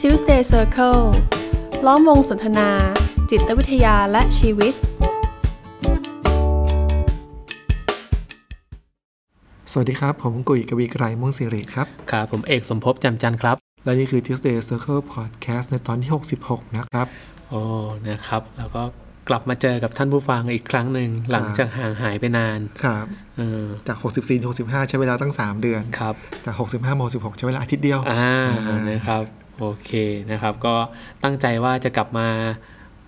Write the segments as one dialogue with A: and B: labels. A: Tuesday Circle ล้อมวงสนทนา จิตวิทยาและชีวิต
B: สวัสดีครับ ผมกุยกวีไกรม่วงสิริครับ
C: ครับผมเอกสมภพจำจันทร์ครับ
B: และนี่คือ Tuesday Circle Podcast ในตอนที่ 66 นะครับ
C: โอ้นะครับแล้วก็กลับมาเจอกับท่านผู้ฟังอีกครั้งหนึ่งหลังจากห่างหายไปนาน
B: ครับ
C: เออ
B: จาก 64ถึง65 ใช้เวลาตั้ง 3 เดือน
C: ครับ
B: แต่65มา66 ใช้เวลาอาทิตย์เดียว
C: อ่านะครับโอเคนะครับ ก็ตั้งใจว่าจะกลับมา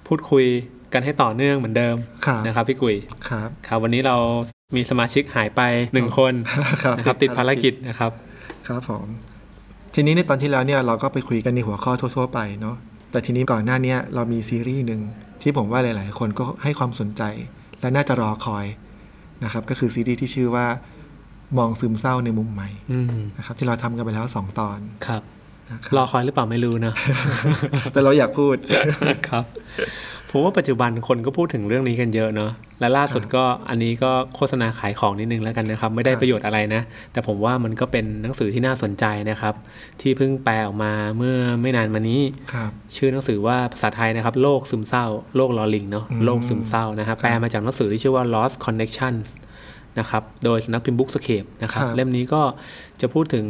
C: พูดคุยกันให้ต่อเนื่องเหมือนเดิม
B: ครับ
C: นะครับพี่กุย
B: ครับ
C: ครับ วันนี้เรามีสมาชิกหายไปหนึ่งคน
B: ครับ
C: นะครับติดภารกิจนะครับ
B: ครับผม ทีนี้ในตอนที่แล้วเนี่ยเราก็ไปคุยกันในหัวข้อทั่วๆไปเนาะ แต่ทีนี้ก่อนหน้าเนี้ยเรามีซีรีส์หนึ่งที่ผมว่าหลายๆ คนก็ให้ความสนใจ และน่าจะรอคอยนะครับ ก็คือซีรีส์ที่ชื่อว่ามองซึมเศร้าในมุมใหม่
C: อืม
B: นะครับที่เราทำกันไปแล้วสองต อน
C: ครับ
B: นะครับ
C: รอคอยหรือเปล่าไม่รู้นะ
B: แต่เราอยากพูด
C: ครับผมว่าปัจจุบันคนก็พูดถึงเรื่องนี้กันเยอะเนาะและล่าสุดก็อันนี้ก็โฆษณาขายของนิดนึงแล้วกันนะครับ ไม่ได้ประโยชน์อะไรนะ แต่ผมว่ามันก็เป็นหนังสือที่น่าสนใจนะครับ ที่เพิ่งแปลออกมาเมื่อไม่นานมานี้
B: ครับ
C: ชื่อหนังสือว่าภาษาไทยนะครับโรคซึมเศร้าโรคลอลิงเนาะโรคซึมเศร้านะฮะแปลมาจากหนังสือที่ชื่อว่า lost connections นะครับโดยสำนักพิมพ์บุ๊กสเคปนะครับ
B: ครับ
C: เล่มนี้ก็จะพูดถึง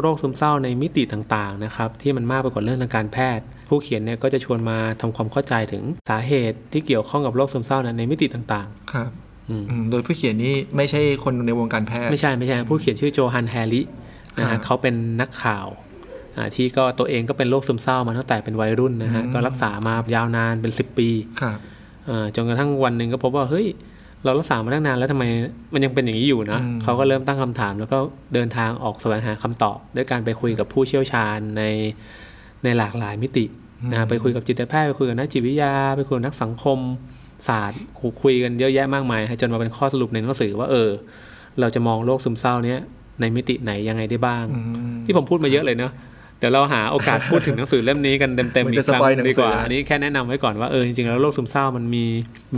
C: โรคซึมเศร้าในมิติต่างๆนะครับที่มันมากไปกว่าเรื่องทางการแพทย์ ผู้เขียนเนี่ยก็จะชวนมาทำความเข้าใจถึงสาเหตุที่เกี่ยวข้องกับโรคซึมเศร้านะในมิติต่าง
B: ครับ
C: ๆอืม
B: อืมโดยผู้เขียนนี้ไม่ใช่คนในวงการแพทย์
C: ไม่ใช่ไม่ใช่ผู้เขียนชื่อโจฮันแฮรินะ
B: ครั
C: ฮะ
B: บ
C: เขาเป็นนักข่าวอ่าที่ก็ตัวเองก็เป็นโรคซึมเศร้ามาตั้งแต่เป็นวัยรุ่นนะฮะก็รักษามายาวนานเป็น 10 ปี
B: ครับ
C: เอ่อจนกระทั่งวันหนึ่งก็พบว่าเฮ้ย เรารักษามาตั้งนานแล้วทำไมมันยังเป็นอย่างนี้อยู่นะ
B: อืม
C: เขาก็เริ่มตั้งคำถาม แล้วก็เดินทางออกแสวงหาคำตอบ ด้วยการไปคุยกับผู้เชี่ยวชาญในในหลากหลายมิตินะไปคุยกับจิตแพทย์ไปคุยกับนักจิตวิทยา ไปคุยกับนักสังคมศาสตร์คุคุยกันเยอะแยะมากมายฮะจนมาเป็นข้อสรุปในหนังสือว่าเออ เราจะมองโรคซึมเศร้าเนี้ยในมิติไหนยังไงได้บ้าง
B: อืม
C: ที่ผมพูดมาเยอะเลยเนอะเดี๋ยวเราหาโอกาสพูดถึงหนังสือเล่มนี้กันเต็ม
B: เหมือ
C: ๆอี
B: นจะ
C: กครั้ง
B: สปอยหนังสือ
C: ดีกว่า
B: นะ
C: อันนี้แค่แนะนำไว้ก่อนว่าเออจริงๆแล้วโรคซึมเศร้ามันมี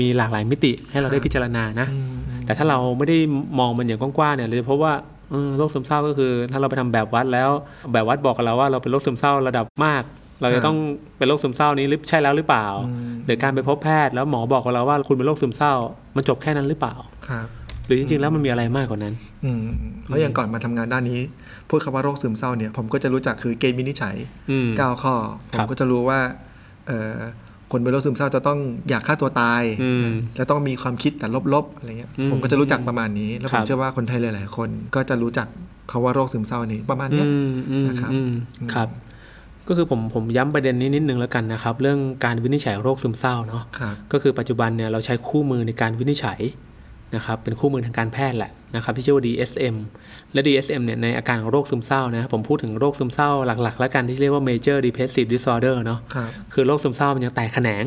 C: มีหลากหลายมิติให้เราได้พิจารณานะ
B: อืม
C: แต่ถ้าเราไม่ได้มองมันอย่างกว้างๆเนี่ยเราจะพบว่าเออโรคซึมเศร้าก็คือ ถ้าเราไปทำแบบวัดแล้ว แบบวัดบอกกับเราว่าเราเป็นโรคซึมเศร้าระดับมาก เราจะต้องเป็นโรคซึมเศร้านี้หรือใช่แล้วหรือเปล่า หรือการไปพบแพทย์แล้วหมอบอกกับเราว่าคุณเป็นโรคซึมเศร้า มันจบแค่นั้นหรือเปล่า
B: ครับ
C: หรือจริงๆแล้วมันมีอะไรมากกว่านั้น
B: อืมแล้วอย่างก่อนมาทำงานด้านนี้พูดคำว่าโรคซึมเศร้าเนี่ย ผมก็จะรู้จักคือเกณฑ์วินิจฉัย
C: อืม
B: เก้าข้อ ผ
C: ครั
B: ม
C: บ
B: ก็จะรู้ว่าเอ่อคนเป็นโรคซึมเศร้าจะต้องอยากฆ่าตัวตาย
C: อืม
B: และต้องมีความคิดแต่ลบๆอะไรเงี้ย
C: อืม
B: ผมก็จะรู้จักประมาณนี้ แล้วผ
C: ครั
B: ม
C: บ
B: เชื่อว่าคนไทยหลายๆ คนก็จะรู้จักคำว่าโรคซึมเศร้านี้ประมาณเนี้ย
C: อืมอืม
B: นะครับ
C: อืม
B: อืม
C: ครับ ก็คือผมผมย้ำประเด็นนี้นิดนึงแล้วกันนะครับ เรื่องการวินิจฉัยโรคซึมเศร้าเนาะ
B: ครับ
C: ก็คือปัจจุบันเนี่ยเราใช้คู่มือในการวินิจฉัยนะครับเป็นคู่มือทางการแพทย์แหละนะครับที่ชื่อว่า DSM และ DSM เนี่ยในอาการของโรคซึมเศร้านะผมพูดถึงโรคซึมเศร้าหลักๆ แล้วกันที่เรียกว่า major depressive disorder เนาะ
B: ครับ
C: คือโรคซึมเศร้ามันยังแตกแขนง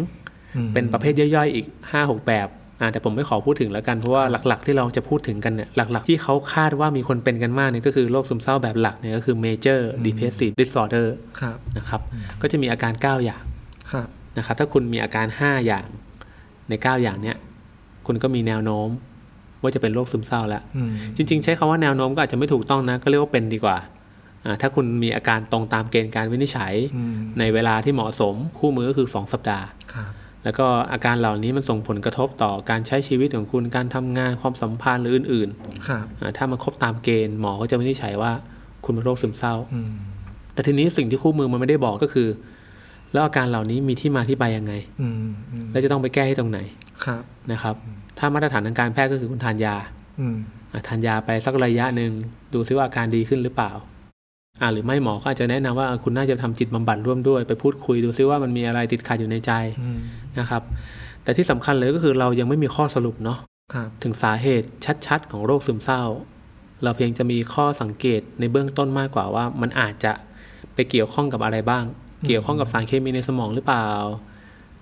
B: อืม
C: เป็นประเภทย่อยๆ อีก 5 6 แบบอ่าแต่ผมไม่ขอพูดถึงแล้วกัน เพราะว่าหลักๆ ที่เราจะพูดถึงกันเนี่ย หลักๆ ที่เขาคาดว่ามีคนเป็นกันมากเนี่ยก็คือโรคซึมเศร้าแบบหลักเนี่ยก็คือ major depressive disorder
B: ครับ
C: นะครับ ก็จะมีอาการ 9 อย่าง
B: ครับ
C: นะครับ ถ้าคุณมีอาการ 5 อย่างใน 9 อย่างเนี่ย คุณก็มีแนวโน้ม ว่าจะเป็นโรคซึมเศร้าแล้ว
B: อืม
C: จริงๆ ใช้คำว่าแนวโน้มก็อาจจะไม่ถูกต้องนะ ก็เรียกว่าเป็นดีกว่าอ่า ถ้าคุณมีอาการตรงตามเกณฑ์การวินิจฉัย
B: อืม
C: ในเวลาที่เหมาะสม คู่มือก็คือ 2 สัปดาห์
B: ครับ
C: แล้วก็อาการเหล่านี้มันส่งผลกระทบต่อการใช้ชีวิตของคุณ การทำงาน ความสัมพันธ์หรืออื่น
B: ครับ
C: ๆอ่าถ้ามันครบตามเกณฑ์หมอก็จะวินิจฉัยว่าคุณเป็นโรคซึมเศร้า
B: อืม
C: แต่ทีนี้สิ่งที่คู่มือมันไม่ได้บอกก็คือ แล้วอาการเหล่านี้มีที่มาที่ไปยังไง
B: อืมอืม
C: และจะต้องไปแก้ให้ตรงไหน
B: ครับ
C: นะครับ ถ้ามาตรฐานทางการแพทย์ก็คือคุณทานยา
B: อืม
C: อ่ะทานยาไปสักระยะหนึ่งดูซิว่าอาการดีขึ้นหรือเปล่าอ่าหรือไม่หมอก็อาจจะแนะนำว่าเออคุณน่าจะทำจิตบำบัดร่วมด้วย ไปพูดคุยดูซิว่ามันมีอะไรติดขัดอยู่ในใจ
B: อืม
C: นะครับแต่ที่สำคัญเลยก็คือเรายังไม่มีข้อสรุปเนาะ
B: ครับ
C: ถึงสาเหตุชัดๆ ของโรคซึมเศร้า เราเพียงจะมีข้อสังเกตในเบื้องต้นมากกว่าว่า มันอาจจะไปเกี่ยวข้องกับอะไรบ้าง เกี่ยวข้องกับสารเคมีในสมองหรือเปล่า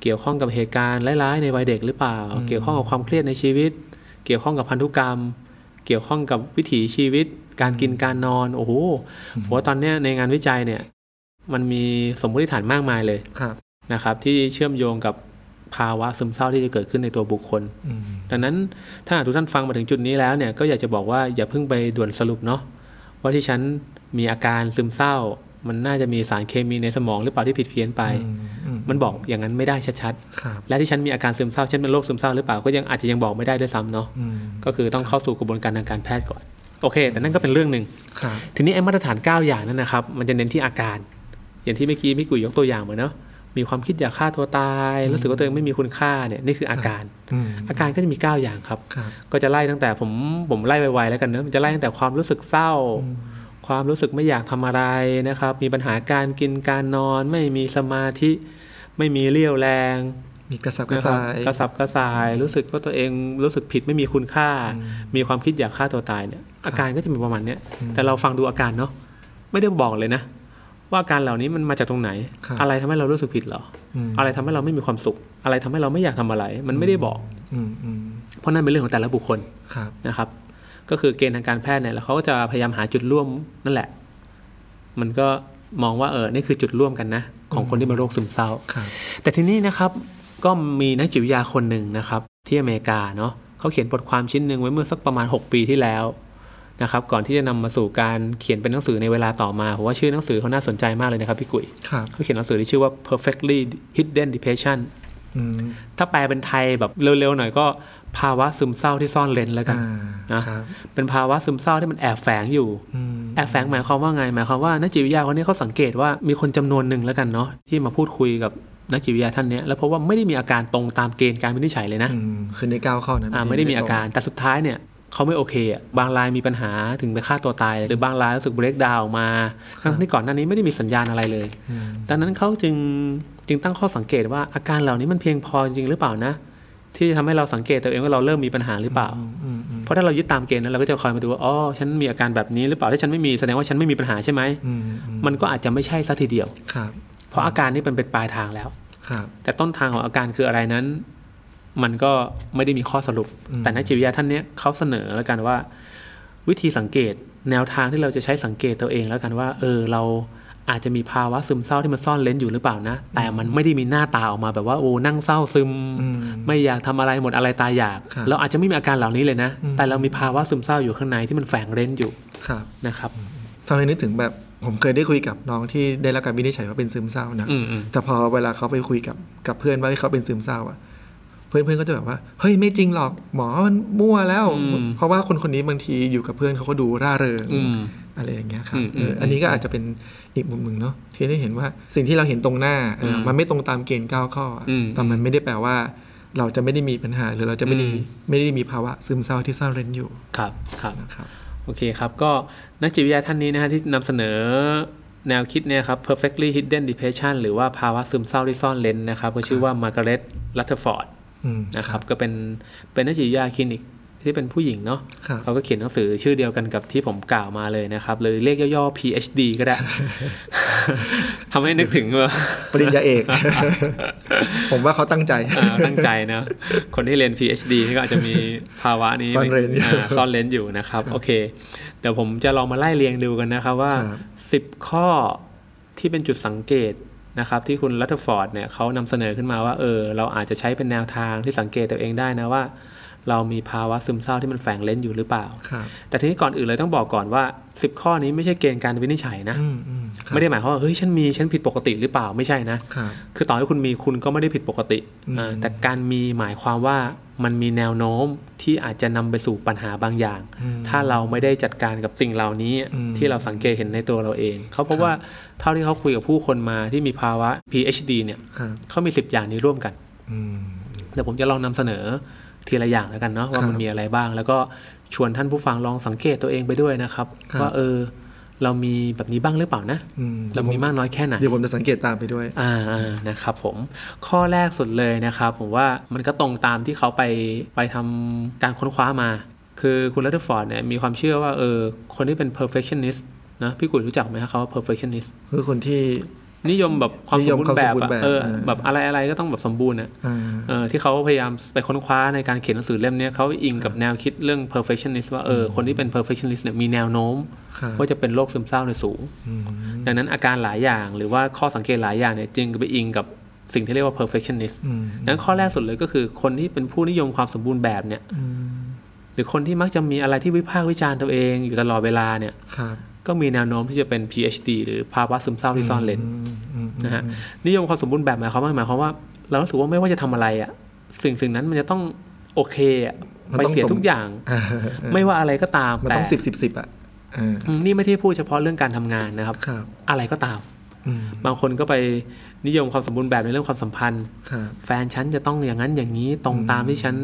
C: เกี่ยวข้องกับเหตุการณ์ร้ายๆในวัยเด็กหรือเปล่า เกี่ยวข้องกับความเครียดในชีวิต เกี่ยวข้องกับพันธุกรรม เกี่ยวข้องกับวิถีชีวิต การกินการนอนโอ้โหผมว่าตอนเนี้ยในงานวิจัยเนี่ยมันมีสมมติฐานมากมายเลย
B: ครับ
C: นะครับที่เชื่อมโยงกับภาวะซึมเศร้าที่จะเกิดขึ้นในตัวบุคคล
B: อืม
C: ดังนั้นถ้าหากทุกท่านฟังมาถึงจุดนี้แล้วเนี่ยก็อยากจะบอกว่าอย่าเพิ่งไปด่วนสรุปเนาะว่าที่ฉันมีอาการซึมเศร้า มันน่าจะมีสารเคมีในสมองหรือเปล่าที่ผิดเพี้ยนไป
B: อืมอืม
C: มันบอกอย่างนั้นไม่ได้ชัด
B: ครับ
C: ๆและที่ฉันมีอาการซึมเศร้าเช่นเป็นโรคซึมเศร้าหรือเปล่าก็ยังอาจจะยังบอกไม่ได้ด้วยซ้ำเนาะ
B: อืม
C: ก็คือต้องเข้าสู่กระบวนการทางการแพทย์ก่อนโอเค แต่นั่นก็เป็นเรื่องหนึ่ง
B: ครับ
C: ทีนี้ไอ้มาตรฐาน 9 อย่างนั่นนะครับ มันจะเน้นที่อาการ อย่างที่เมื่อกี้พี่กุยยกตัวอย่างมาเนาะมีความคิดอยากฆ่าตัวตายรู้สึกว่าตัวเองไม่มีคุณค่าเนี่ยนี่คืออาการ
B: อืม
C: อาการก็จะมี 9 อย่างครับ
B: ครับ
C: ก็จะไล่ตั้งแต่ผมผมไล่ไวๆแล้วกันเนาะมันจะไล่ตั้งแต่ความรู้สึกเศร้า ความรู้สึกไม่อยากทำอะไรนะครับ มีปัญหาการกินการนอน ไม่มีสมาธิ ไม่มีเรี่ยวแรง
B: มีกระสับกระ
C: นะครั
B: ส่า
C: บ
B: ย
C: กระสับกระส่าย รู้สึกว่าตัวเองรู้สึกผิดไม่มีคุณค่า
B: อืม
C: มีความคิดอยากฆ่าตัวตายเนี่ยอาการก็จะเป็นประมาณเนี้ย แต่เราฟังดูอาการเนาะไม่ได้บอกเลยนะ ว่าอาการเหล่านี้มันมาจากตรงไหน
B: ครับ
C: อะไรทำให้เรารู้สึกผิดเหรอ
B: ม
C: อะไรทำให้เราไม่มีความสุข อะไรทำให้เราไม่อยากทำอะไร มันไม่ได้บอก
B: อืมอืม
C: เพราะนั่นเป็นเรื่องของแต่ละบุคคล
B: ครับ
C: นะครับ ก็คือเกณฑ์ทางการแพทย์เนี่ยแล้วเขาก็จะพยายามหาจุดร่วมนั่นแหละ มันก็มองว่าเออนี่คือจุดร่วมกันนะ ของคนที่เป็นโรคซึมเศร้า
B: ครับ
C: แต่ที่นี่นะครับก็มีนักจิตวิทยาคนหนึ่งนะครับ ที่อเมริกาเนาะเขาเขียนบทความชิ้นหนึ่งไว้เมื่อสักประมาณ 6 ปีที่แล้วนะครับ ก่อนที่จะนำมาสู่การเขียนเป็นหนังสือในเวลาต่อมาผมว่าชื่อหนังสือเขาน่าสนใจมากเลยนะครับพี่กุย
B: ครับ
C: เขาเขียนหนังสือที่ชื่อว่า perfectly hidden depression
B: อืม
C: ถ้าแปลเป็นไทยแบบเร็วๆหน่อยก็ภาวะซึมเศร้าที่ซ่อนเร้นแล้วกัน
B: อ่า
C: นะ
B: ครับ
C: เป็นภาวะซึมเศร้าที่มันแอบแฝงอยู่
B: อืม
C: แอบแฝงหมายความว่าไงหมายความว่านักจิตวิทยาคนนี้เขาสังเกตว่ามีคนจำนวนหนึ่งแล้วกันเนาะที่มาพูดคุยกับนักจิตวิทยาท่านเนี้ยแล้วเพราะว่าไม่ได้มีอาการตรงตามเกณฑ์การวินิจฉัยเลยนะ
B: อืมคือในก้าวเข้านั้น
C: อ่าไม่ได้มีอาการแต่สุดท้ายเนี่ยเขาไม่โอเคอะบางรายมีปัญหาถึงไปฆ่าตัวตาย หรือบางรายรู้สึกเบรกดาวมาทั้งที่ก่อนหน้านี้ไม่ได้มีสัญญาณอะไรเลย
B: อืม
C: ดังนั้นเขาจึงจึงตั้งข้อสังเกตว่าอาการเหล่านี้มันเพียงพอจริงหรือเปล่านะ ที่จะทำให้เราสังเกตตัวเองว่าเราเริ่มมีปัญหาหรือเปล่า
B: อืมอืมอืม
C: เพราะถ้าเรายึดตามเกณฑ์นั้นเราก็จะคอยมาดูว่าอ๋อฉันมีอาการแบบนี้หรือเปล่าถ้าฉันไม่มีแสดงว่าฉันไม่มีปัญหาใช่ไหม
B: อืมอืม
C: มันก็อาจจะไม่ใช่ซะทีเดียว
B: ครับ
C: เพราะอาการนี้เป็นเป็นปลายทางแล้ว
B: ครับ
C: แต่ต้นทางของอาการคืออะไรนั้น มันก็ไม่ได้มีข้อสรุป
B: อืม
C: แต่นักจิตวิทยาท่านเนี้ยเขาเสนอแล้วกันว่า วิธีสังเกตแนวทางที่เราจะใช้สังเกตตัวเองแล้วกันว่า เออเราอาจจะมีภาวะซึมเศร้าที่มันซ่อนเร้นอยู่หรือเปล่านะ แต่มันไม่ได้มีหน้าตาออกมาแบบว่าโอ้นั่งเศร้าซึม
B: อืม
C: ไม่อยากทำอะไรหมดอะไรตายอยาก
B: ครับ
C: เราอาจจะไม่มีอาการเหล่านี้เลยนะ
B: อืม
C: แต่เรามีภาวะซึมเศร้าอยู่ข้างในที่มันแฝงเร้นอยู่
B: ครับ
C: นะครับ
B: ทำให้นึกถึงแบบผมเคยได้คุยกับน้องที่ได้รับการวินิจฉัยว่าเป็นซึมเศร้านะ
C: อืมอืม
B: แต่พอเวลาเขาไปคุยกับกับเพื่อนว่าเขาเป็นซึมเศร้าอะเพื่อนเพื่อนก็จะแบบว่า เฮ้ยไม่จริงหรอกหมอมันมั่วแล้ว
C: อืม
B: เพราะว่าคนคนนี้บางทีอยู่กับเพื่อนเขาก็ดูร่าเริง
C: อืม
B: อะไรอย่างเงี้ยครับ
C: อืม
B: เอออ
C: ม
B: อันนี้ก็อาจจะเป็นอีกมุมหนึ่งเนาะที่ได้เห็นว่าสิ่งที่เราเห็นตรงหน้าเอออ
C: ม
B: มันไม่ตรงตามเกณฑ์เก้าข้ออะ
C: อืม
B: แต่มันไม่ได้แปลว่า เราจะไม่ได้มีปัญหาหรือเราจะไม่ได้
C: อืม
B: ไม่ได้มีภาวะซึมเศร้าที่ซ่อนเร้นอยู่
C: ครับครับ
B: นะครับ
C: โอเคครับ ก็นักจิตวิทยาท่านนี้นะฮะที่นำเสนอแนวคิดเนี่ยครับ perfectly hidden depression หรือว่าภาวะซึมเศร้าที่ซ่อนเร้นนะครับ ก็ชื่อว่า Margaret Rutherford
B: อืม
C: นะครับ ก็เป็นเป็นนักจิตวิทยาคลินิกที่เป็นผู้หญิงเนาะ
B: ครับ
C: เขาก็เขียนหนังสือชื่อเดียวกันกับที่ผมกล่าวมาเลยนะครับ หรือเรียกย่อๆ PhD ก็ได้ ทำให้นึกถึงว่า
B: ปริญญาเอก ผมว่าเขาตั้งใจ
C: อ่าตั้งใจนะ คนที่เรียน PhD นี่ก็อาจจะมีภาวะนี้
B: ซ่อนเร้นอยู่
C: าซ่อนเร้นอยู่นะครับ โอเค เดี๋ยวผมจะลองมาไล่เรียงดูกันนะครับว่า
B: ครับ
C: 10 ข้อที่เป็นจุดสังเกตนะครับ ที่คุณรัตฟอร์ดเนี่ยเขานำเสนอขึ้นมาว่าเออเราอาจจะใช้เป็นแนวทางที่สังเกตตัวเองได้นะว่า เรามีภาวะซึมเศร้าที่มันแฝงเล้นอยู่หรือเปล่า
B: ครับ
C: แต่ทีนี้ก่อนอื่นเลยต้องบอกก่อนว่า 10 ข้อนี้ไม่ใช่เกณฑ์การวินิจฉัยนะ
B: อืมอืมครับ
C: ไม่ได้หมายความว่าเฮ้ยฉันมีฉันผิดปกติหรือเปล่าไม่ใช่นะ
B: ครับ
C: คือต่อให้คุณมีคุณก็ไม่ได้ผิดปกติ
B: อืม
C: อ่าแต่การมีหมายความว่ามันมีแนวโน้มที่อาจจะนำไปสู่ปัญหาบางอย่าง
B: อืม
C: ถ้าเราไม่ได้จัดการกับสิ่งเหล่านี้
B: อืม
C: ที่เราสังเกตเห็นในตัวเราเอง เขาพบว่าเท่าที่เขาคุยกับผู้คนมาที่มีภาวะ PhD เนี่ย
B: ครับ
C: เขามี 10 อย่างนี้ร่วมกัน
B: อืม
C: เดี๋ยวผมจะลองนำเสนอทีละอย่างแล้วกันเนาะว่า
B: ครับ
C: มันมีอะไรบ้าง แล้วก็ชวนท่านผู้ฟังลองสังเกตตัวเองไปด้วยนะครับ
B: ครับ
C: ว่าเออเรามีแบบนี้บ้างหรือเปล่านะ
B: อืม
C: เรามีมากน้อยแค่ไหน
B: เดี๋ยวผมจะสังเกตตามไปด้วย
C: อ่าๆนะครับผมข้อแรกสุดเลยนะครับ ผมว่ามันก็ตรงตามที่เขาไปไปทำการค้นคว้ามา คือคุณรัตฟอร์ดเนี่ยมีความเชื่อว่าเออคนที่เป็น perfectionist นะพี่กุยรู้จักไหมครับเขาว่า perfectionist
B: คือคนที่
C: นิยมแบบความ
B: นิ
C: ส
B: ย
C: ม
B: ม
C: บูรณ์แบบ
B: ความสมบูร
C: อะ
B: ณ์แบบ
C: เออ
B: เออ
C: แบบอะไรอะไรๆก็ต้องแบบสมบูรณ์อะ
B: อ่า
C: เออที่เขาพยายามไปค้นคว้าในการเขียนหนังสือเล่มเนี้ยเขาอิงกับแนวคิดเรื่อง perfectionist ว่าเออคนที่เป็น perfectionist เนี่ยมีแนวโน้ม
B: ครับ
C: ว่าจะเป็นโรคซึมเศร้าในยสูง
B: อืม
C: ดังนั้นอาการหลายอย่างหรือว่าข้อสังเกตหลายอย่างเนี่ยจึงไปอิงกับสิ่งที่เรียกว่า perfectionist
B: อืม
C: ดังนั้นข้อแรกสุดเลยก็คือคนที่เป็นผู้นิยมความสมบูรณ์แบบเนี่ย
B: อืม
C: หรือคนที่มักจะมีอะไรที่วิพากษ์วิจารณ์ตัวเองอยู่ตลอดเวลาเนี่ย
B: ครับ
C: ก็มีแนวโน้มที่จะเป็น PhD หรือภาวะซึมเศร้าที่ซ่อนเร้น
B: มอืม
C: นะฮะนิยมความสมบูรณ์แบบหมายความว่าหมายความว่า เรารู้สึกว่าไม่ว่าจะทำอะไรอะสิ่งสิ่งนั้นมันจะต้องโอเคอะ
B: มัน
C: ไป
B: ต้อง
C: เสีย
B: สม
C: ทุกอย่าง
B: อ่า
C: ไม่ว่าอะไรก็ตาม
B: มัน
C: แต่
B: ต้องสิบสิบสิบอ่ะเออ
C: อืมนี่ไม่ได้พูดเฉพาะเรื่องการทำงานนะครับ
B: ครับ
C: อะไรก็ตาม
B: อืม
C: บางคนก็ไปนิยมความสมบูรณ์แบบในเรื่องความสัมพันธ์
B: ครับ
C: แฟนฉันจะต้องอย่างนั้นอย่างนี้ตรงตามที่ฉัน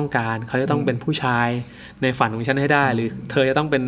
C: ต้องการ เขาจะต้องเป็นผู้ชายในฝันของฉันให้ได้ หรือเธอจะต้องเป็น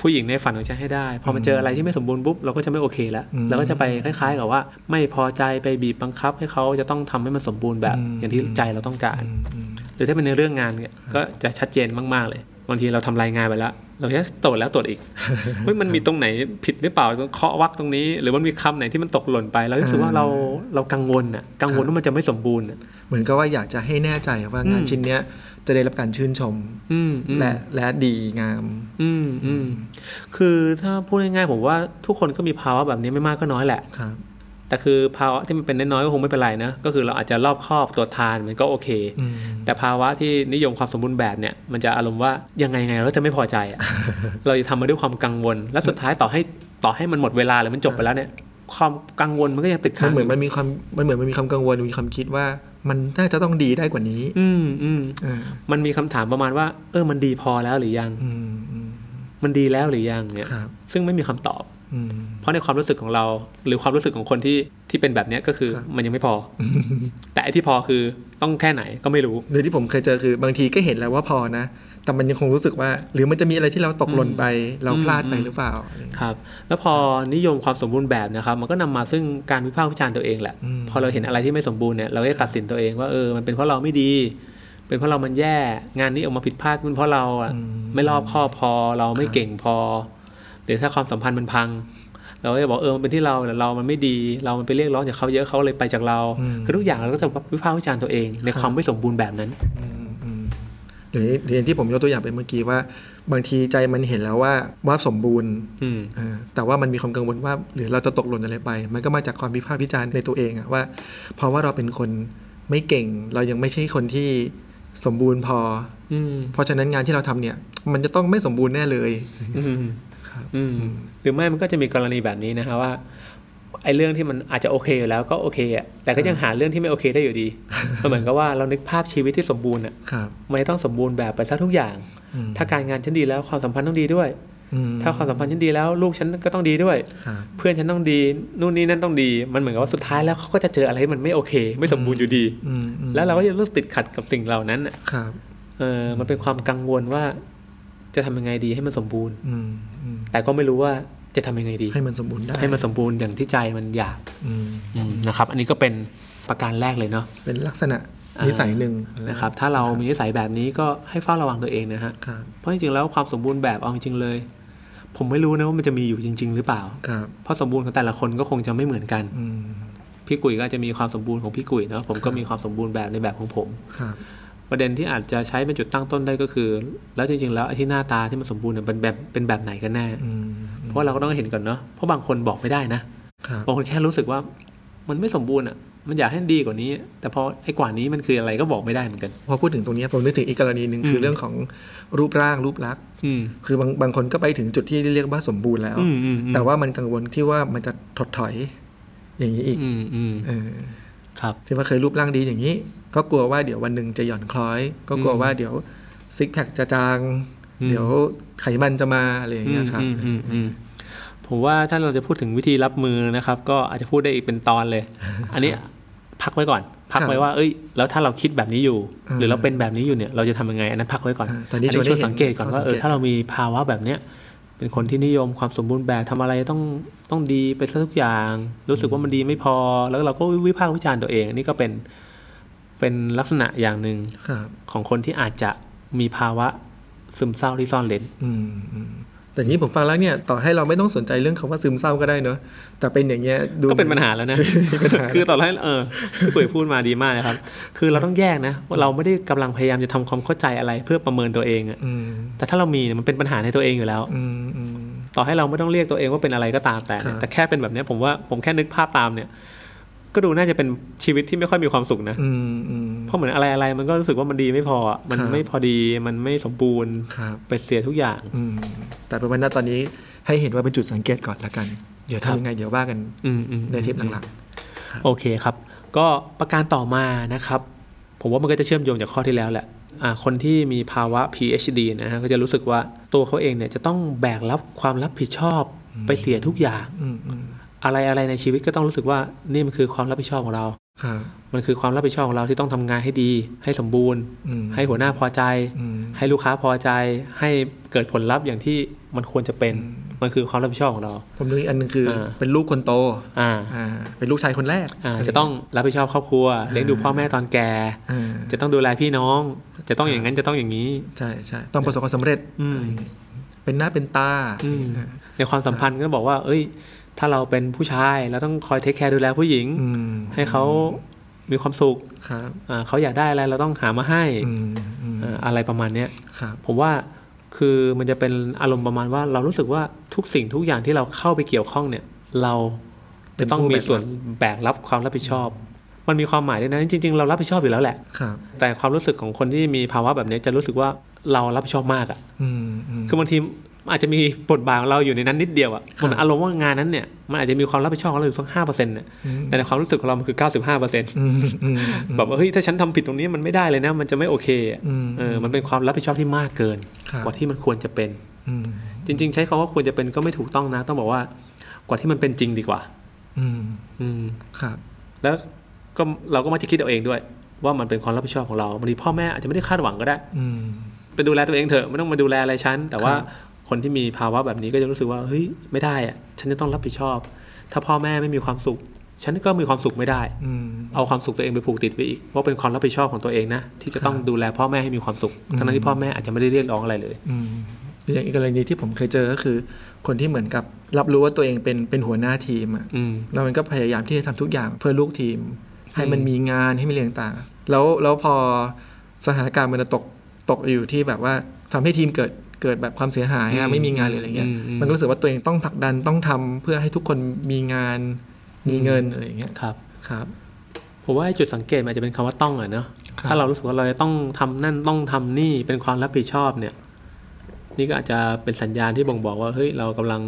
C: ผู้หญิงในฝันของฉันให้ได้พอมาเจออะไรที่ไม่สมบูรณ์ปุ๊บเราก็จะไม่โอเคแล้ว
B: อืม
C: เราก็จะไปคล้ายๆกับว่า ไม่พอใจไปบีบบังคับให้เขาจะต้องทำให้มันสมบูรณ์แบบ
B: อืม
C: อย่างที่ใจเราต้องการ
B: อืมอืม
C: หรือถ้าเป็นในเรื่องงานเนี่ยก็จะชัดเจนมากๆเลยบางทีเราทำรายงานไปแล้ว เราแค่ตรวจแล้วตรวจอีก เฮ้ยมันมีตรงไหนผิดหรือเปล่าต้องเคาะวักตรงนี้ หรือมันมีคำไหนที่มันตกหล่นไปเรารู้สึกว่าเราเรากังวลอ่ะกังวลว่ามันจะไม่สมบูรณ์อ่ะ
B: เหมือนกับว่าอยากจะให้แน่ใจว่างาน
C: อืม
B: ชิ้นเนี้ยจะได้รับการชื่นชม
C: อืมอืม
B: และและดีงาม
C: อืมอืมคือถ้าพูดง่ายๆผมว่าทุกคนก็มีภาวะแบบนี้ไม่มากก็น้อยแหละ
B: ครับ
C: แต่คือภาวะที่มันเป็นน้อยๆก็คงไม่เป็นไรนะ ก็คือเราอาจจะรอบครอบตัวจทานมันก็โอเค
B: อืม
C: แต่ภาวะที่นิยมความสมบูรณ์แบบเนี่ย มันจะอารมณ์ว่ายังไงไงเราก็จะไม่พอใจ อะ เราจะทำมาด้วยความกังวล และสุดท้ายต่อให้ต่อให้มันหมดเวลาหรือมันจบไปแล้วเนี่ย ความกังวลมันก็ยังติด
B: มั
C: ค้าน ง
B: เหมือนมันมีความมันเหมือนมันมีความกังวลมีความคิดว่า มันน่าจะต้องดีได้กว่านี้
C: อืมอืม
B: เออ
C: มันมีคำถามประมาณว่า เออมันดีพอแล้วหรือยัง
B: อืมอืม
C: มันดีแล้วหรือยังเนี่ย
B: ครับ
C: ซึ่งไม่มีคำตอบ
B: อืม
C: เพราะในความรู้สึกของเราหรือความรู้สึกของคนที่ที่เป็นแบบเนี้ยก็คือ
B: ครับ
C: มันยัง ไม่พอ แต่ไอ้ที่พอคือต้องแค่ไหนก็ไม่รู้
B: โดยที่ผมเคยเจอคือบางทีก็เห็นแล้วว่าพอนะ แต่มันยังคงรู้สึกว่า หรือมันจะมีอะไรที่เราตกหล่นไป เราพลาดไปหรือเปล่าอะไรอย่างเงี้ย
C: ครับ แล้วพอนิยมความสมบูรณ์แบบนะครับ มันก็นำมาซึ่งการวิพากษ์วิจารณ์ตัวเองแหละ
B: อืม
C: พอเราเห็นอะไรที่ไม่สมบูรณ์เนี่ยเราก็จะตัดสินตัวเองว่าเออมันเป็นเพราะเราไม่ดี เป็นเพราะเรามันแย่ งานนี้ออกมาผิดพลาดเป็นเพราะเราอะไม่รอบคอบพอเราไม่เก่งพอหรือถ้าความสัมพันธ์มันพัง เราก็จะบอกเออมันเป็นที่เราแต่เรามันไม่ดี เรามันไปเรียกร้องจากเขาเยอะเขาเลยไปจากเรา คือทุกอย่างเราก็จะวิพากษ์วิจารณ์ตัวเอง ในความไม่สมบูรณ์แบบนั้น
B: อืมอืมหรือเรียนที่ผมยกตัวอย่างไปเมื่อกี้ว่า บางทีใจมันเห็นแล้วว่าว่าสมบูรณ์
C: อืม
B: เออแต่ว่ามันมีความกังวลว่าหรือเราจะตกหล่นอะไรไป มันก็มาจากความวิพากษ์วิจารณ์ในตัวเองอะว่า เพราะว่าเราเป็นคนไม่เก่ง เรายังไม่ใช่คนที่สมบูรณ์พอ
C: อืม
B: เพราะฉะนั้นงานที่เราทำเนี่ย มันจะต้องไม่สมบูรณ์แน่เลย
C: อืมอืมหรือไม่มันก็จะมีกรณีแบบนี้นะฮะว่าไอ้เรื่องที่มันอาจจะโอเคอยู่แล้วก็โอเคอ่ะแต่ก็ยังหาเรื่องที่ไม่โอเคได้ อยู่ดี มันเหมือนกับว่าเรานึกภาพชีวิตที่สมบูรณ์อ่ะ
B: ครับ
C: มันจะต้องสมบูรณ์แบบไปซะทุกอย่าง
B: อืม
C: ถ้าการงานฉันดีแล้วความสัมพันธ์ต้องดีด้วย
B: อืม
C: ถ้าความสัมพันธ์ฉันดีแล้ว ลูกฉันก็ต้องดีด้วย
B: ครับ
C: เพื่อนฉันต้องดีนู่นนี่นั่นต้องดี มันเหมือนกับว่าสุดท้ายแล้วเขาก็จะเจออะไรที่มันไม่โอเค ไม่สมบูรณ์อยู่ดี
B: อืมอืม
C: แล้วเราก็จะรู้สึกติดขัดกับสิ่งเหล่านั้นอ่ะ
B: ครับ
C: เออมันเป็นความกังวลว่าจะทำยังไงดีให้มันสมบูรณ์
B: อืมอืม
C: แต่ก็ไม่รู้ว่าจะทำยังไงดี
B: ให้มันสมบูรณ์ได้
C: ให้มันสมบูรณ์อย่างที่ใจมันอยาก
B: อืม
C: นะครับ อันนี้ก็เป็นประการแรกเลยเนาะ
B: เป็นลักษณะ
C: อ่านิ
B: นิสัยหนึ่ง
C: นะครับ ถ้าเรามีนิสัยแบบนี้ก็ให้เฝ้าระวังตัวเองนะฮะ
B: ครับ
C: เพราะจริงๆแล้วความสมบูรณ์แบบเอาจริงๆเลย ผมไม่รู้นะว่ามันจะมีอยู่จริง ๆ หรือเปล่า
B: ครับ
C: เพราะสมบูรณ์ของแต่ละคนก็คงจะไม่เหมือนกัน
B: อืม
C: พี่กุยก็อาจจะมีความสมบูรณ์ของพี่กุยเนาะผมก็มีความสมบูรณ์แบบในแบบของผม
B: ครับ
C: ประเด็นที่อาจจะใช้เป็นจุดตั้งต้นได้ก็คือ แล้วจริงๆ แล้วไอ้ที่หน้าตาที่มันสมบูรณ์เนี่ยเป็นแบบเป็นแบบไหนกันแน่
B: อืม
C: เพราะเราก็ต้องเห็นก่อนเนาะเพราะบางคนบอกไม่ได้นะ
B: ครับ
C: บางคนแค่รู้สึกว่ามันไม่สมบูรณ์อ่ะ มันอยากให้ดีกว่านี้ แต่พอไอ้กว่านี้มันคืออะไรก็บอกไม่ได้เหมือนกัน
B: พอพูดถึงตรงเนี้ยผมนึกถึงอีกกรณีหนึ่งคือเรื่องของรูปร่างรูปลักษณ์
C: อืม
B: คือบางบางคนก็ไปถึงจุดที่เรียกว่าสมบูรณ์แล้ว
C: อืมอืมอืม
B: แต่ว่ามันกังวลที่ว่ามันจะถดถอย อย่างนี้อีก
C: อืมอืม
B: เออ
C: ครับ
B: ที่ว่าเคยรูปร่างดีอย่างนี้ ก็กลัวว่าเดี๋ยววันหนึ่งจะหย่อนคล้อย ก็กลัวว่าเดี๋ยวซิกแพคจะจาง
C: อืม
B: เดี๋ยวไขมันจะมาอะไรอย่างเงี้ยครับ
C: อืมอืมอืมผมว่าถ้าเราจะพูดถึงวิธีรับมือนะครับ ก็อาจจะพูดได้อีกเป็นตอนเลย อันนี้พักไว้ก่อน พักไว้ว่า เอ้ย แล้วถ้าเราคิดแบบนี้อยู่ หรือเราเป็นแบบนี้อยู่เนี่ย เราจะทำยังไง อันนั้นพักไว้ก่อน
B: อ่าแต่
C: อัน
B: นี่
C: นี้
B: ชวน
C: ช่
B: ให้
C: วย
B: ห็น
C: สังเกตก่อนว่าเออถ้าเรามีภาวะแบบเนี้ย เป็นคนที่นิยมความสมบูรณ์แบบทำอะไรต้องต้องดีไปซะทุกอย่าง รู้สึกว่ามันดีไม่พอ แล้วเราก็วิพากษ์วิจารณ์ตัวเองอันนี่ก็เป็นเป็นลักษณะอย่างหนึ่ง
B: ครับ
C: ของคนที่อาจจะมีภาวะซึมเศร้าที่ซ่อนเร้น
B: อืมอืมแต่นี้ผมฟังแล้วเนี่ยต่อให้เราไม่ต้องสนใจเรื่องคำว่าซึมเศร้าก็ได้เนอะแต่เป็นอย่างเงี้ยดู
C: ก็เป็นปัญหาแล้วนะ
B: เป็นปัญหา
C: คือตอนแรกเออที่ปุ๋ยพูดมาดีมากนะครับ คือเราต้องแยกนะว่าเราไม่ได้กำลังพยายามจะทำความเข้าใจอะไรเพื่อประเมินตัวเองอะ
B: อืม
C: แต่ถ้าเรามีเนี่ยมันเป็นปัญหาในตัวเองอยู่แล้ว
B: อืมอืม
C: ต่อให้เราไม่ต้องเรียกตัวเองว่าเป็นอะไรก็ตามแต่เนี่
B: ค
C: ย
B: รับ
C: แต่แค่เป็นแบบเนี้ยผมว่าผมแค่นึกภาพตามเนี่ย ก็ดูน่าจะเป็นชีวิตที่ไม่ค่อยมีความสุขนะ
B: อืมอืม
C: เพราะเหมือนอะไรอะไรๆมันก็รู้สึกว่ามันดีไม่พออะมัน
B: ครับ
C: ไม่พอดีมันไม่สมบูรณ์
B: ครับ
C: ไปเสียทุกอย่าง
B: อืมแต่เป็นว่าณตอนนี้ ให้เห็นว่าเป็นจุดสังเกตก่อนละกัน เดี๋ยวทำยังไงเดี๋ยวว่ากัน
C: อืมอืม
B: ในเทปหลัง
C: โอเคครับ ก็ประการต่อมานะครับ ผมว่ามันก็จะเชื่อมโยงจากข้อที่แล้วแหละอ่าคนที่มีภาวะ PhD นะฮะก็จะรู้สึกว่าตัวเขาเองเนี่ยจะต้องแบกรับความรับผิดชอบไปเสียทุกอย่าง
B: ๆอืมอืม
C: อะไรอะไรในชีวิตก็ต้องรู้สึกว่านี่มันคือความรับผิดชอบของเรา
B: ครับ
C: มันคือความรับผิดชอบของเราที่ต้องทำงานให้ดี ให้สมบูรณ์
B: อืม
C: ให้หัวหน้าพอใจ
B: อืม
C: ให้ลูกค้าพอใจ ให้เกิดผลลัพธ์อย่างที่มันควรจะเป็น
B: อืม
C: มันคือความรับผิดชอบของเรา
B: ผมนึกอีกอันหนึงคืออา เป็นลูกคนโต
C: อ่า
B: อ่าเป็นลูกชายคนแรก
C: อ่าจะต้องรับผิดชอบครอบครัวเลี้ยงดูพ่อแม่ตอนแก่
B: อ่า
C: จะต้องดูแลพี่น้อง จะต้องอย่างนั้นจะต้องอย่างนี้
B: ใช่ใช่ต้องประสบความสำเร็จ
C: อืม
B: อะไรอย่างเงี้ยเป็นหน้าเป็นตา
C: อืม
B: อ่า
C: ในความสัมพันธ์ก็บอกว่า เอ้ย ถ้าเราเป็นผู้ชายเราต้องคอยเทคแคร์ดูแลผู้หญิง
B: อืม
C: ให้เขามีความสุข
B: ครับ
C: อ่าเขาอยากได้อะไรเราต้องหามาให้
B: อืมอืม
C: อ่าอะไรประมาณเนี้ย
B: ครับ
C: ผมว่าคือมันจะเป็นอารมณ์ประมาณว่าเรารู้สึกว่าทุกสิ่งทุกอย่างที่เราเข้าไปเกี่ยวข้องเนี่ย เราจะต้องมีส่วนแบกรับความรับผิดชอบ มันมีความหมายด้วยนะจริงๆเรารับผิดชอบอยู่แล้วแหละ
B: ครับ
C: แต่ความรู้สึกของคนที่มีภาวะแบบเนี้ยจะรู้สึกว่าเรารับผิดชอบมากอะ
B: อืมอื ม
C: คือบางทีอาจจะมีบทบาทของเราอยู่ในนั้นนิดเดียวอะ
B: ค
C: ผ
B: รับ
C: มอารมณ์ว่างานนั้นเนี่ยมันอาจจะมีความรับผิดชอบของเราอยู่สักห้าเปอร์เซ็นต์เนี่ย
B: อืม
C: แต่ในความรู้สึกของเรามันคือเก้าสิบห้าเปอร์เซ็นต์
B: อืมอืมอืม
C: แบบว่าเฮ้ยถ้าฉันทำผิดตรงนี้มันไม่ได้เลยนะ มันจะไม่โอเคอะ
B: อืม
C: เออมันเป็นความรับผิดชอบที่มากเกิน
B: ครับ
C: กว่าที่มันควรจะเป็น
B: อืม
C: จริง ๆ ใช้คำว่าควรจะเป็นก็ไม่ถูกต้องนะ ต้องบอกว่ากว่าที่มันเป็นจริงดีกว่า
B: อืม
C: อืม
B: ครับ
C: แล้วก็เราก็มักจะคิดเอาเองด้วย ว่ามันเป็นความรับผิดชอบของเราบางทีพ่อแม่อาจจะไม่ได้คาดหวังก็ได้
B: อืม
C: ไปดูแลตัวเองเถอะไม่ต้องมาดูแลอะไรฉัน แต่ว่า
B: ครับ
C: คนที่มีภาวะแบบนี้ก็จะรู้สึกว่าเฮ้ยไม่ได้อะฉันจะต้องรับผิดชอบ ถ้าพ่อแม่ไม่มีความสุข ฉันก็มีความสุขไม่ได้
B: อืม
C: เอาความสุขตัวเองไปผูกติดไว้อีกว่าเป็นความรับผิดชอบของตัวเองนะที่จะต้องดูแลพ่อแม่ให้มีความสุข
B: อืม
C: ทั้งนั้นที่พ่อแม่อาจจะไม่ได้เรียกร้องอะไรเลย
B: อืมอย่างอีกกรณีที่ผมเคยเจอก็คือ คนที่เหมือนกับรับรู้ว่าตัวเองเป็นเป็นหัวหน้าทีมอะ
C: อืม
B: แล้วมันก็พยายามที่จะทำทุกอย่างเพื่อลูกทีม ให้มัน
C: อืม
B: มีงานให้มีเรื่องต่างๆแล้วแล้วพอสถานการณ์มันตกตกอยู่ที่แบบว่าทำให้ทีมเกิดเกิดแบบความเสียหายอะไม่มีงานหรืออะไรเงี้ยมันก็รู้สึกว่าตัวเองต้องผลักดันต้องทำเพื่อให้ทุกคนมีงานมีเงินอะไรอย่างเงี้ย
C: ครับ
B: ครับ
C: ผมว่าไอ้จุดสังเกตมันอาจจะเป็นคำว่าต้องอะเนอะ
B: ครับ
C: ถ้าเรารู้สึกว่าเราจะต้องทำนั่นต้องทำนี่เป็นความรับผิดชอบเนี่ย นี่ก็อาจจะเป็นสัญญาณที่บ่งบอกว่าเฮ้ยเรากำลัง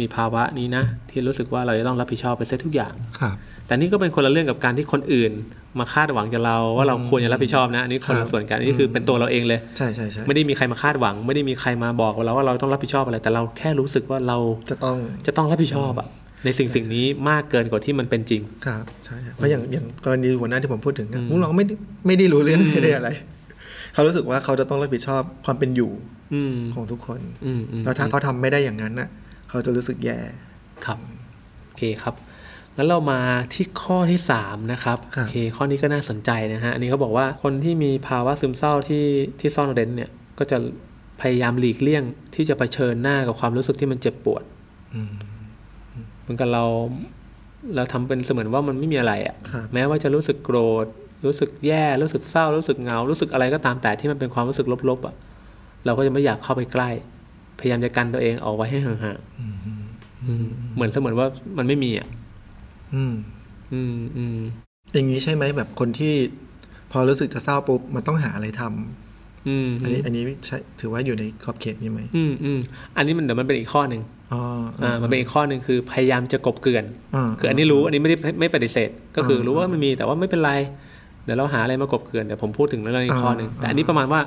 C: มีภาวะนี้นะ ที่รู้สึกว่าเราจะต้องรับผิดชอบไปเสียทุกอย่าง
B: ครับ
C: แต่นี่ก็เป็นคนละเรื่องกับการที่คนอื่น มาคาดหวังจากเราว่าเราควรจะรับผิดชอบนะอันนี้คน
B: ครั
C: ละ
B: บ
C: ส่วนกันอันนี้คือเป็นตัวเราเองเลย
B: ใช่ใช่ใช่
C: ไม่ได้มีใครมาคาดหวัง ไม่ได้มีใครมาบอกเราว่าเราต้องรับผิดชอบอะไร แต่เราแค่รู้สึกว่าเรา
B: จะต้อง
C: จะต้องรับผิดชอบอะในสิ่งสิ่งนี้มากเกินกว่าที่มันเป็นจริง
B: ครับใช่ครับเพราะอย่างอย่างกรณีหัวหน้าที่ผมพูดถึงอะพวกเราไม่ได้ไม่ได้รู้เรื่องไม่ได้อะไร เขารู้สึกว่าเขาจะต้องรับผิดชอบความเป็นอยู่
C: อืม
B: ของทุกคน
C: อืมอืม
B: แล้วถ้าเขาทำไม่ได้อย่างนั้นน่ะเขาจะรู้สึกแย่
C: ครับโอเคครับงั้นเรามาที่ข้อที่ 3 นะครับโอเคข้อนี้ก็น่าสนใจนะฮะอันนี้เขาบอกว่าคนที่มีภาวะซึมเศร้าที่ที่ซ่อนเร้นเนี่ยก็จะพยายามหลีกเลี่ยง ที่จะเผชิญหน้ากับความรู้สึกที่มันเจ็บปวด
B: อืม
C: เหมือนกับเราเราทำเป็นเสมือนว่ามันไม่มีอะไรอะ
B: ครับ
C: แม้ว่าจะรู้สึกโกรธ รู้สึกแย่รู้สึกเศร้า รู้สึกเหงา รู้สึกอะไรก็ตามแต่ที่มันเป็นความรู้สึกลบๆอะเราก็จะไม่อยากเข้าไปใกล้ พยายามจะกันตัวเองออกไว้ให้ห่าง
B: อืม
C: ๆอืมเหมือนเสมือนว่ามันไม่มีอะ
B: อืม
C: อืมอืม
B: อย่างนี้ใช่ไหมแบบคนที่ พอรู้สึกจะเศร้าปุ๊บมันต้องหาอะไรทำ
C: อืม
B: อันนี้อันนี้ใช่ถือว่าอยู่ในขอบเขตนี้ไหม
C: อืมอืมอันนี้มันเดี๋ยวมันเป็นอีกข้อหนึ่ง
B: อ๋อ
C: อ่ามันเป็นอีกข้อหนึ่งคือพยายามจะกลบเกลื่อน
B: า
C: คืออันนี้รู้อันนี้ไม่ได้ไม่ปฏิเสธ ก็คืออา รู้ว่ามันมีแต่ว่าไม่เป็นไร เดี๋ยวเราหาอะไรมากลบเกลื่อนแต่ผมพูดถึงเรื่องอีกข้อหนึ่ง
B: อ่า
C: แต่อันนี้ประมาณว่า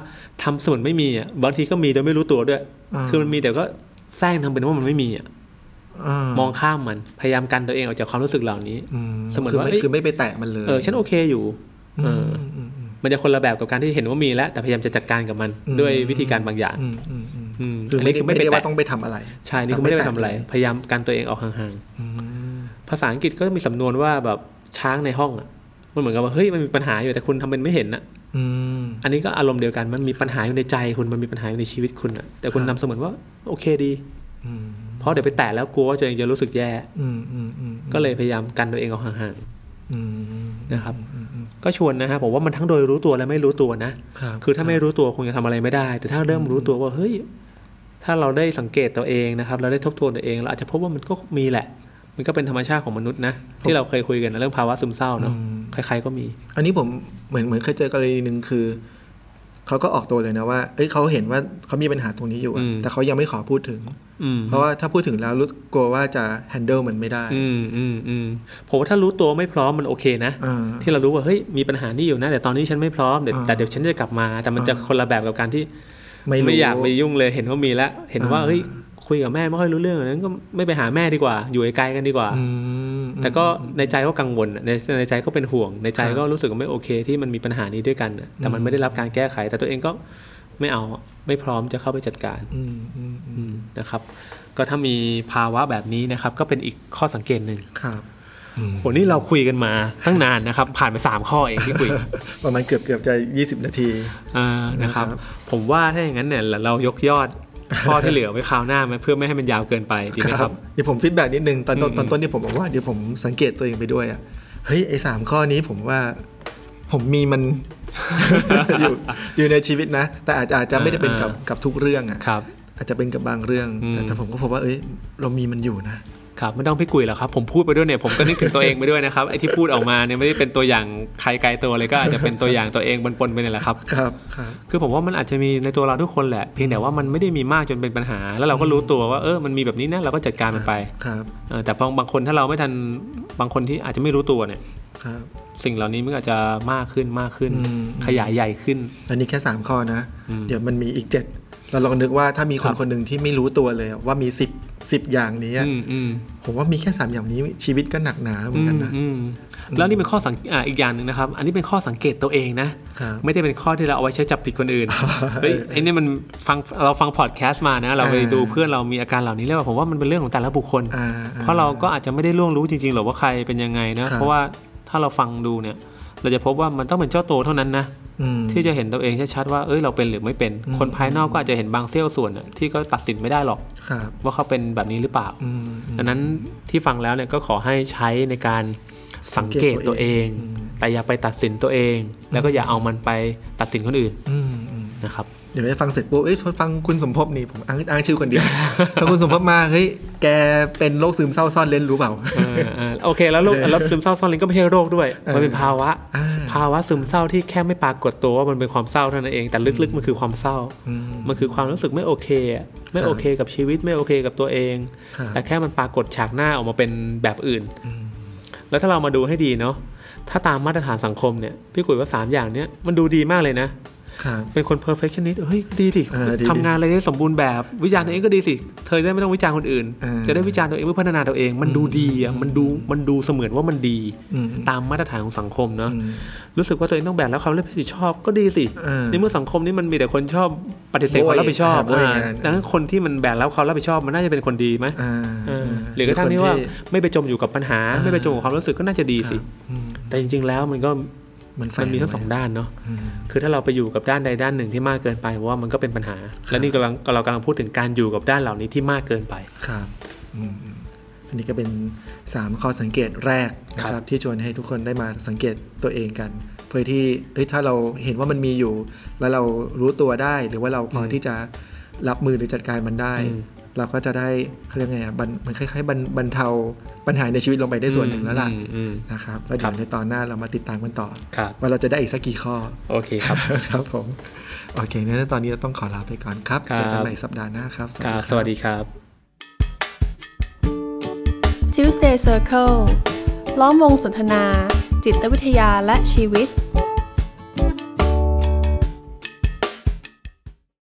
C: ทำสมุนไม่มีอ่ะบางทีก็มีโดยไม่รู้ตัวด้วย
B: อ่า
C: คือมันมีแต่ก็แสร้งทำเป็นว่ามันไม่มีอ่ะมองข้ามมันพยายามกันตัวเองออกจากความรู้สึกเหล่านี้ เส
B: เส
C: มื
B: มื
C: อ
B: อน น
C: ว่า
B: ว่า
C: เอ้ย
B: คือไม่ไปแตะมันเลย
C: เออฉันโอเคอยู่เออ
B: มอืมอืม
C: มันจะคนละแบบกับการที่เห็นว่ามีแล้วแต่พยายามจะจัดการกับมัน
B: อืม
C: ด้วยวิธีการบางอย่าง
B: อืมอืมอืม
C: อืม
B: คือไม่ได้
C: นนี้
B: ไม่ได้
C: แะ
B: ว่าต้องไปทำอะไร
C: ใช่นี่ก็ไม่ได้ไปทำอะไร พยายามกันตัวเองออกห่าง
B: อืม
C: ๆ ภาษาอังกฤษก็มีสำนวนว่าแบบช้างในห้องอ่ะ มันเหมือนกับว่าเฮ้ยมันมีปัญหาอยู่แต่คุณทำเป็นไม่เห็นอ่ะ
B: อืม
C: อันนี้ก็อารมณ์เดียวกัน มันมีปัญหาอยู่ในใจคุณ มันมีปัญหาอยู่ในชีวิตคุณอ่ะ แต่คุณ
B: ครับ
C: นำเสมือนว่าโอเคดี
B: อืม
C: เพราะเดี๋ยวไปแตะแล้วกลัวว่าตัวเองจะรู้สึกแย่
B: อืม อืม อืม
C: ก็เลยพยายามกันตัวเองออกห่าง
B: อืม
C: ๆนะครับ ก็ชวนนะฮะผมว่ามันทั้งโดยรู้ตัวและไม่รู้ตัวนะ
B: ครับ
C: คือถ้าไม่รู้ตัวคงจะทำอะไรไม่ได้ แต่ถ้าเริ่มรู้ตัวว่าเฮ้ย ถ้าเราได้สังเกตตัวเองนะครับ เราได้ทบทวนตัวเองเราอาจจะพบว่ามันก็มีแหละ มันก็เป็นธรรมชาติของมนุษย์นะ ที่เราเคยคุยกันนะเรื่องภาวะซึมเศร้าเนาะใครๆก็มี
B: อันนี้ผมเหมือนเหมือนเคยเจอกรณีหนึ่งคือ เขา เขาก็ออกตัวเลยนะว่า เอ้ยเขาเห็นว่าเขามีปัญหาตรงนี้อยู่อะ
C: อืม
B: แต่เขายังไม่ขอพูดถึง
C: อืม
B: เพราะว่าถ้าพูดถึงแล้วรู้กลัวว่าจะ handle มันไม่ได้
C: อืมอืมอืมผมว่าถ้ารู้ตัวไม่พร้อมมันโอเคนะ
B: เออ
C: ที่เรารู้ว่าเฮ้ยมีปัญหานี่อยู่นะแต่ตอนนี้ฉันไม่พร้อมเดี๋ยว
B: อ่า
C: แต่เดี๋ยวฉันจะกลับมา แต่มันจะ
B: อ่า
C: คนละแบบกับการที่
B: ไม่รู้
C: ไม่อยากไปยุ่งเลยเห็นว่ามีแล้วเห็นว่า
B: อ่า
C: เฮ้ยคุยกับแม่ไม่ค่อยรู้เรื่องนั้นก็ไม่ไปหาแม่ดีกว่า อยู่ไกลๆกันดีกว่า
B: อืม
C: แต่ก็ในใจก็กังวลในในใจก็เป็นห่วง ในใจ
B: ครับ
C: ก็รู้สึกว่าไม่โอเคที่มันมีปัญหานี้ด้วยกันน่ะแต่มัน
B: อืม
C: ไม่ได้รับการแก้ไข แต่ตัวเองก็ไม่เอาไม่พร้อมจะเข้าไปจัดการ
B: อืมอืมอืม
C: อืมนะครับ ก็ถ้ามีภาวะแบบนี้นะครับ ก็เป็นอีกข้อสังเกตหนึ่ง
B: ครับ
C: โหนี่เราคุยกันมาตั้งนานนะครับ ผ่านไป 3 ข้อเอง ที่คุย
B: ประมาณเกือบเกือบๆจะ 20 นาที
C: เออนะครับ
B: นะครับ
C: ผมว่าถ้าอย่างนั้นเนี่ยเรายกยอดข้อที่เหลือไว้คราวหน้าไหมเพื่อไม่ให้มันยาวเกินไปดีไหมครับ
B: เดี๋ยวผมฟีดแบ็นิดนึงตอนต้น
C: อืม
B: ตอนต้นที่ผมบอกว่าเดี๋ยวผมสังเกตตัวเองไปด้วยอ่ะเฮ้ยไอ้สามข้อนี้ผมว่า ผมมีมัน อยู่อยู่ในชีวิตนะ แต่อาจจะอาจจะไม่ได้เป็นกับกับทุกเรื่องอ่ะ
C: ครับ
B: อาจจะเป็นกับบางเรื่อง
C: อืม
B: แต่แต่ผมก็พบว่าเอ้ยเรามีมันอยู่นะ
C: ครับไม่ต้องพี่กุยหรอกครับ ผมพูดไปด้วยเนี่ยผมก็นึกถึงตัวเองไปด้วยนะครับไอ้ที่พูดออกมาเนี่ยไม่ได้เป็นตัวอย่างใครไกลตัวเลยก็อาจจะเป็นตัวอย่างตัวเองปนๆไปเนี่ยแหละครับ
B: ครับครับ
C: คือผมว่ามันอาจจะมีในตัวเราทุกคนแหละเพียงแต่ว่ามันไม่ได้มีมากจนเป็นปัญหา แล้วเราก็รู้ตัวว่าเออมันมีแบบนี้นะเราก็จัดการมันไป
B: ครับ
C: เออแต่บางบางคนถ้าเราไม่ทันบางคนที่อาจจะไม่รู้ตัวเนี่ย
B: ครับ
C: สิ่งเหล่านี้มันอาจจะมากขึ้นมากขึ้น
B: อืม
C: ขยายใหญ่ขึ้น
B: อันนี้แค่ 3 ข้อนะ
C: อืม
B: เดี๋ยวมันมีอีก 7 เราลองนึกว่าถ้ามีค
C: ครั
B: น
C: บ
B: คนหนึ่งที่ไม่รู้ตัวเลยว่ามี 10 10 อย่างนี้อะ
C: อืมอืม
B: ผมว่ามีแค่ 3 อย่างนี้ชีวิตก็หนักหนาแล้วเหมื
C: อื
B: อน
C: ม
B: กันนะ
C: อืมแล้วนี่เป็นข้อสังอ่าอีกอย่างหนึ่งนะครับ อันนี้เป็นข้อสังเกตตัวเองนะ
B: ครับ
C: ไม่ได้เป็นข้อที่เราเอาไว้ใช้จับผิดคนอื่นเฮ้ยไอ้นี่มันฟังเราฟังพอดแคสต์มานะ เราไป
B: อ่า
C: ดูเพื่อนเรามีอาการเหล่านี้แล้วผมว่ามันเป็นเรื่องของแต่ละบุคคล
B: อ่อ่
C: เพราะเราก็อาจจะไม่ได้ล่วงรู้จริงๆหรอกว่าใครเป็นยังไง
B: ค
C: นะ
B: รับ
C: เพราะว่าถ้าเราฟังดูเนี่ย เราจะพบว่ามันต้องเป็นเจ้าตัวเท่านั้นนะ
B: อืม
C: ที่จะเห็นตัวเองชัดๆว่าเอ้ยเราเป็นหรือไม่เป็น
B: อืม
C: คนภายนอกก็อาจจะเห็นบางเสี้ยวส่วนน่ะที่ก็ตัดสินไม่ได้หรอก
B: ครับ
C: ว่าเขาเป็นแบบนี้หรือเปล่า
B: อืมอืม
C: ดังนั้นที่ฟังแล้วเนี่ยก็ขอให้ใช้ในการสังเกตตัวเอง
B: อืม
C: แต่อย่าไปตัดสินตัวเอง แล้วก็อย่าเอามันไปตัดสินคนอื่น
B: อืมอืม
C: นะครับ
B: เดี๋ยวไปฟังเสร็จปุ๊บเอ้ยฟังคุณสมภพนี่ผมอ้างอ้างชื่อคนเดี ยวพอคุณสมภพมาเฮ้ยแกเป็นโรคซึมเศร้าซ่อนเล่นรู้เปล่า
C: เออเออโอเคแล้วโรคแล้วซึมเศร้าซ้อนลิงก็ไม่ใช่โรคด้วย มันเป็นภาวะ
B: อ่า
C: ภาวะซึมเศร้าที่แค่ไม่ปรากฏตัวว่ามันเป็นความเศร้าเท่านั้นเองแต่ลึกๆมันคือความเศร้า
B: อืม
C: มันคือความรู้สึกไม่โอเคอะไม่
B: ครับ
C: โอเคกับชีวิตไม่โอเคกับตัวเอง
B: ครับ
C: แต่แค่มันปรากฏฉากหน้าออกมาเป็นแบบอื่น
B: อืม
C: แล้วถ้าเรามาดูให้ดีเนาะถ้าตามมาตรฐานสังคมเนี่ยพี่กุยว่า 3 อย่างเนี้ยมันดูดีมากเลยนะ
B: ครับ
C: เป็นคน perfectionist เฮ้ยก็ดีดิ
B: เออดีดิ
C: ทำงานอะไรได้สมบูรณ์แบบ วิจารณ์ตัวเองก็ดีสิ เธอได้ไม่ต้องวิจารณ์คนอื่น
B: เออ
C: จะได้วิจารณ์ตัวเองเพื่อพัฒนาตัวเอง มันดูดีอ่ะมันดูมันดูเสมือนว่ามันดี
B: อืม
C: ตามมาตรฐานของสังคม
B: อื
C: เนาะ
B: ม
C: รู้สึกว่าตัวเองต้องแบกแล้วความรับผิดชอบก็ดีสิ
B: เออ
C: ในเมื่อสังคมนี้มันมีแต่คนชอบปฏิเสธความรับผิดชอบ
B: โบยอ่า
C: อ่า
B: โบยงาน
C: ดังนั้นคนที่มันแบกแล้วความรับผิดชอบมันน่าจะเป็นคนดีไหม
B: อ่า
C: เออหรือกระทั่งที่ว่าไม่ไปจมอยู่กับปัญหา ไม่ไปจมกับความรู้สึกก็น่าจะดีสิ
B: อืม
C: แต่จริง ๆ แล้วมันก็
B: มันแฝ
C: มั
B: ง
C: นมีทั้งสองด้านเนาะ คือถ้าเราไปอยู่กับด้านใดด้านหนึ่งที่มากเกินไปผมว่ามันก็เป็นปัญหา และนี่กำลังเรากำลังพูดถึงการอยู่กับด้านเหล่านี้ที่มากเกินไป
B: ครับอืมอืมอันนี้ก็เป็น 3 ข้อสังเกตแรกนะค
C: ครั
B: รับบ ที่ชวนให้ทุกคนได้มาสังเกตตัวเองกัน เพื่อที่เอ้ยถ้าเราเห็นว่ามันมีอยู่ แล้วเรารู้ตัวได้ หรือว่าเราพอที่จะรับมือหรือจัดการมันได้ เราก็จะได้เขาเรียกไงอ่ะบันมันคล้ายๆบรรบรรเทาปัญหาในชีวิตลงไปได้ส่วนหนึ่งแล้วล่ะ
C: อืมอืม
B: นะครับแล้ว
C: ครั
B: เดี๋ย
C: บ
B: วในตอนหน้าเรามาติดตามกันต่อ
C: ครับ
B: ว่าเราจะได้อีกสักกี่ข้อ
C: โอเคครับ
B: ครับผม โอเคงั้นตอนนี้เราต้องขอลาไปก่อนครับ
C: ครับ
B: เจอกันใหม่สัปดาห์หน้าครับ
C: ครับ สวัสดีครับ
A: Tuesday Circle ล้อมวงสนทนา จิตวิทยาและชีวิต